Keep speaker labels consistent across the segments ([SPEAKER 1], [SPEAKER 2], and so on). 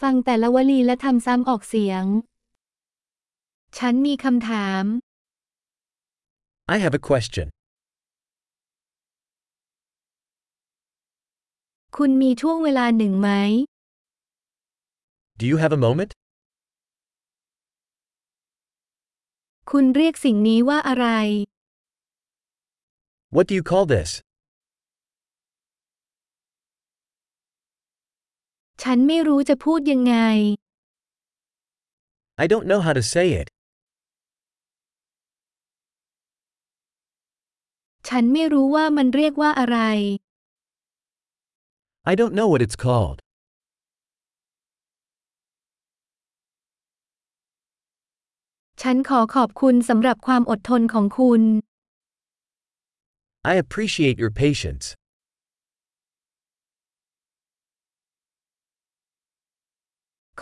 [SPEAKER 1] ฟังแต่ละวลีและทำซ้ำออกเสียง ฉันมีคำถาม
[SPEAKER 2] I have a question.
[SPEAKER 1] คุณมีช่วงเวลาหนึ่งไหม
[SPEAKER 2] Do you have a moment?
[SPEAKER 1] คุณเรียกสิ่งนี้ว่าอะไร
[SPEAKER 2] What do you call this?
[SPEAKER 1] ฉันไม่รู้จะพูดยังไง
[SPEAKER 2] I don't know how to say it.
[SPEAKER 1] ฉันไม่รู้ว่ามันเรียกว่าอะไร
[SPEAKER 2] I don't know what it's called.
[SPEAKER 1] ฉันขอขอบคุณสำหรับความอดทนของคุณ
[SPEAKER 2] I appreciate your patience.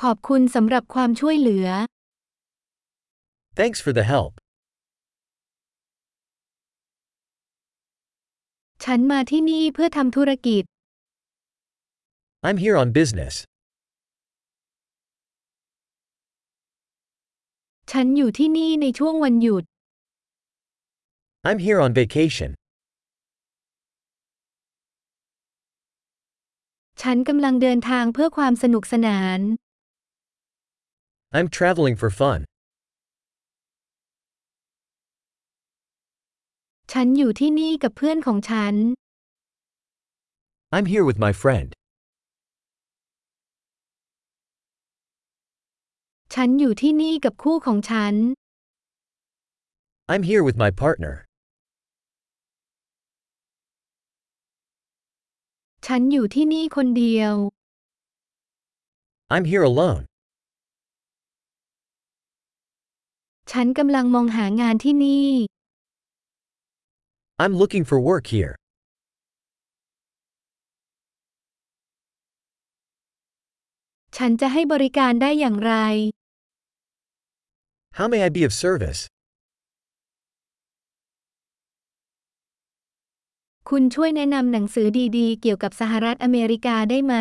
[SPEAKER 1] ขอบคุณสำหรับความช่วยเหลือ
[SPEAKER 2] Thanks for the help.
[SPEAKER 1] ฉันมาที่นี่เพื่อทำธุรกิจ
[SPEAKER 2] I'm here on business.
[SPEAKER 1] ฉันอยู่ที่นี่ในช่วงวันหยุด
[SPEAKER 2] I'm here on vacation.
[SPEAKER 1] ฉันกำลังเดินทางเพื่อความสนุกสนาน
[SPEAKER 2] I'm traveling for fun.
[SPEAKER 1] ฉันอยู่ที่นี่กับเพื่อนของฉัน
[SPEAKER 2] I'm here with my friend.
[SPEAKER 1] ฉันอยู่ที่นี่กับคู่ของฉัน
[SPEAKER 2] I'm here with my partner.
[SPEAKER 1] ฉันอยู่ที่นี่คนเดียว
[SPEAKER 2] I'm here alone.
[SPEAKER 1] ฉันกำลังมองหางานที่นี่
[SPEAKER 2] I'm looking for work here.
[SPEAKER 1] ฉันจะให้บริการได้อย่างไร
[SPEAKER 2] How may I be of service?
[SPEAKER 1] คุณช่วยแนะนำหนังสือดีๆ เกี่ยวกับสหรัฐอเมริกาได้ไหม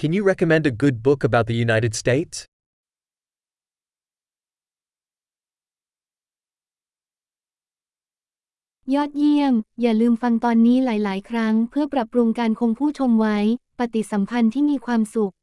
[SPEAKER 2] Can you recommend a good book about the United States?
[SPEAKER 1] ยอดเยี่ยม อย่าลืมฟังตอนนี้หลาย ๆ ครั้ง เพื่อปรับปรุงการคงผู้ชมไว้ ปฏิสัมพันธ์ที่มีความสุข